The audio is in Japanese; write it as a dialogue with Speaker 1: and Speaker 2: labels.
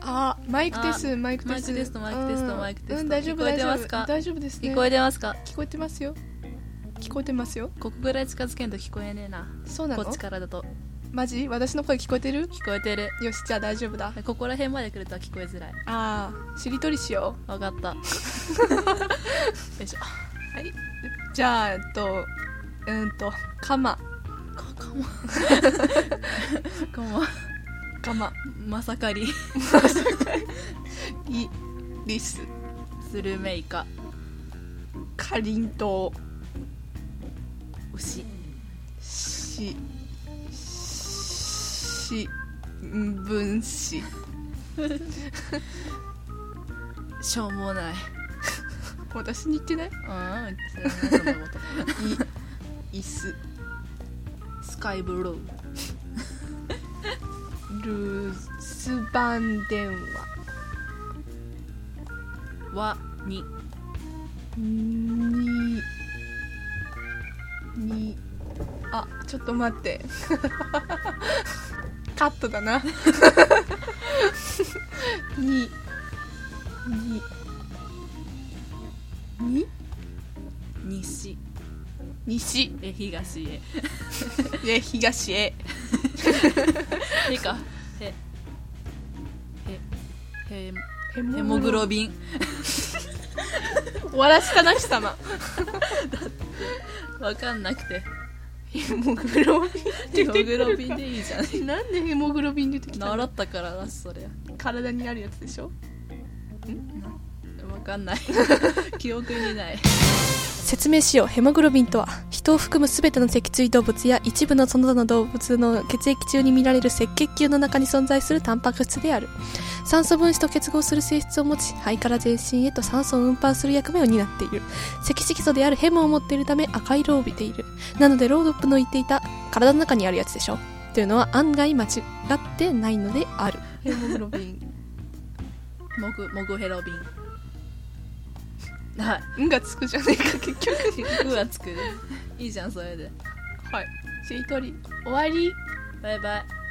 Speaker 1: あマイクですマイクです
Speaker 2: マイクテストマイクテストマイクテスト
Speaker 1: うん、大丈夫
Speaker 2: 聞こえてますか
Speaker 1: 大丈夫大丈夫ですね
Speaker 2: 聞こえてますか
Speaker 1: 聞こえてますよ聞こえてますよ
Speaker 2: ここぐらい近づけんと聞こえねえな
Speaker 1: そうなの
Speaker 2: こっちからだと
Speaker 1: マジ私の声聞こえてる
Speaker 2: 聞こえてる
Speaker 1: よしじゃあ大丈夫だ
Speaker 2: ここら辺まで来るとは聞こえづらい
Speaker 1: ああしりとりしよ
Speaker 2: わかった よいしょ
Speaker 1: うはいじゃあえっとうんとカマ
Speaker 2: かかもかも
Speaker 1: カマ
Speaker 2: まさかり
Speaker 1: リリス
Speaker 2: スルメイカ
Speaker 1: かりんと
Speaker 2: 牛
Speaker 1: うししんぶんし
Speaker 2: しょうもない
Speaker 1: 私に言ってない
Speaker 2: うんそんなこと
Speaker 1: いいす
Speaker 2: スカイブルー
Speaker 1: 留守番電話
Speaker 2: ワニ
Speaker 1: ににあちょっと待って カットだ なににに
Speaker 2: 西
Speaker 1: 西
Speaker 2: え東へ
Speaker 1: で東へ
Speaker 2: いいかへへへ
Speaker 1: ヘ
Speaker 2: ヘモグロビン
Speaker 1: 終わらしたな貴様
Speaker 2: わかんなくて
Speaker 1: ヘモグロビン
Speaker 2: ヘモグロビンでいいじゃん
Speaker 1: ンなんでヘモグロビン出てきた
Speaker 2: 習
Speaker 1: の
Speaker 2: ったからだしそりゃ
Speaker 1: 体にあるやつでしょ
Speaker 2: わかんない記憶にない
Speaker 3: 説明しようヘモグロビンとは人を含む全ての脊椎動物や一部のその他の動物の血液中に見られる赤血球の中に存在するタンパク質である酸素分子と結合する性質を持ち肺から全身へと酸素を運搬する役目を担っている赤色素であるヘモを持っているため赤色を帯びているなのでロードップの言っていた体の中にあるやつでしょというのは案外間違ってないのである
Speaker 1: ヘモグロビン
Speaker 2: モグモグヘロビンはい
Speaker 1: 「ん」がつくじゃねえか結局
Speaker 2: 結局は作るいいじゃんそれで
Speaker 1: はいしりとり終わり
Speaker 2: バイバイ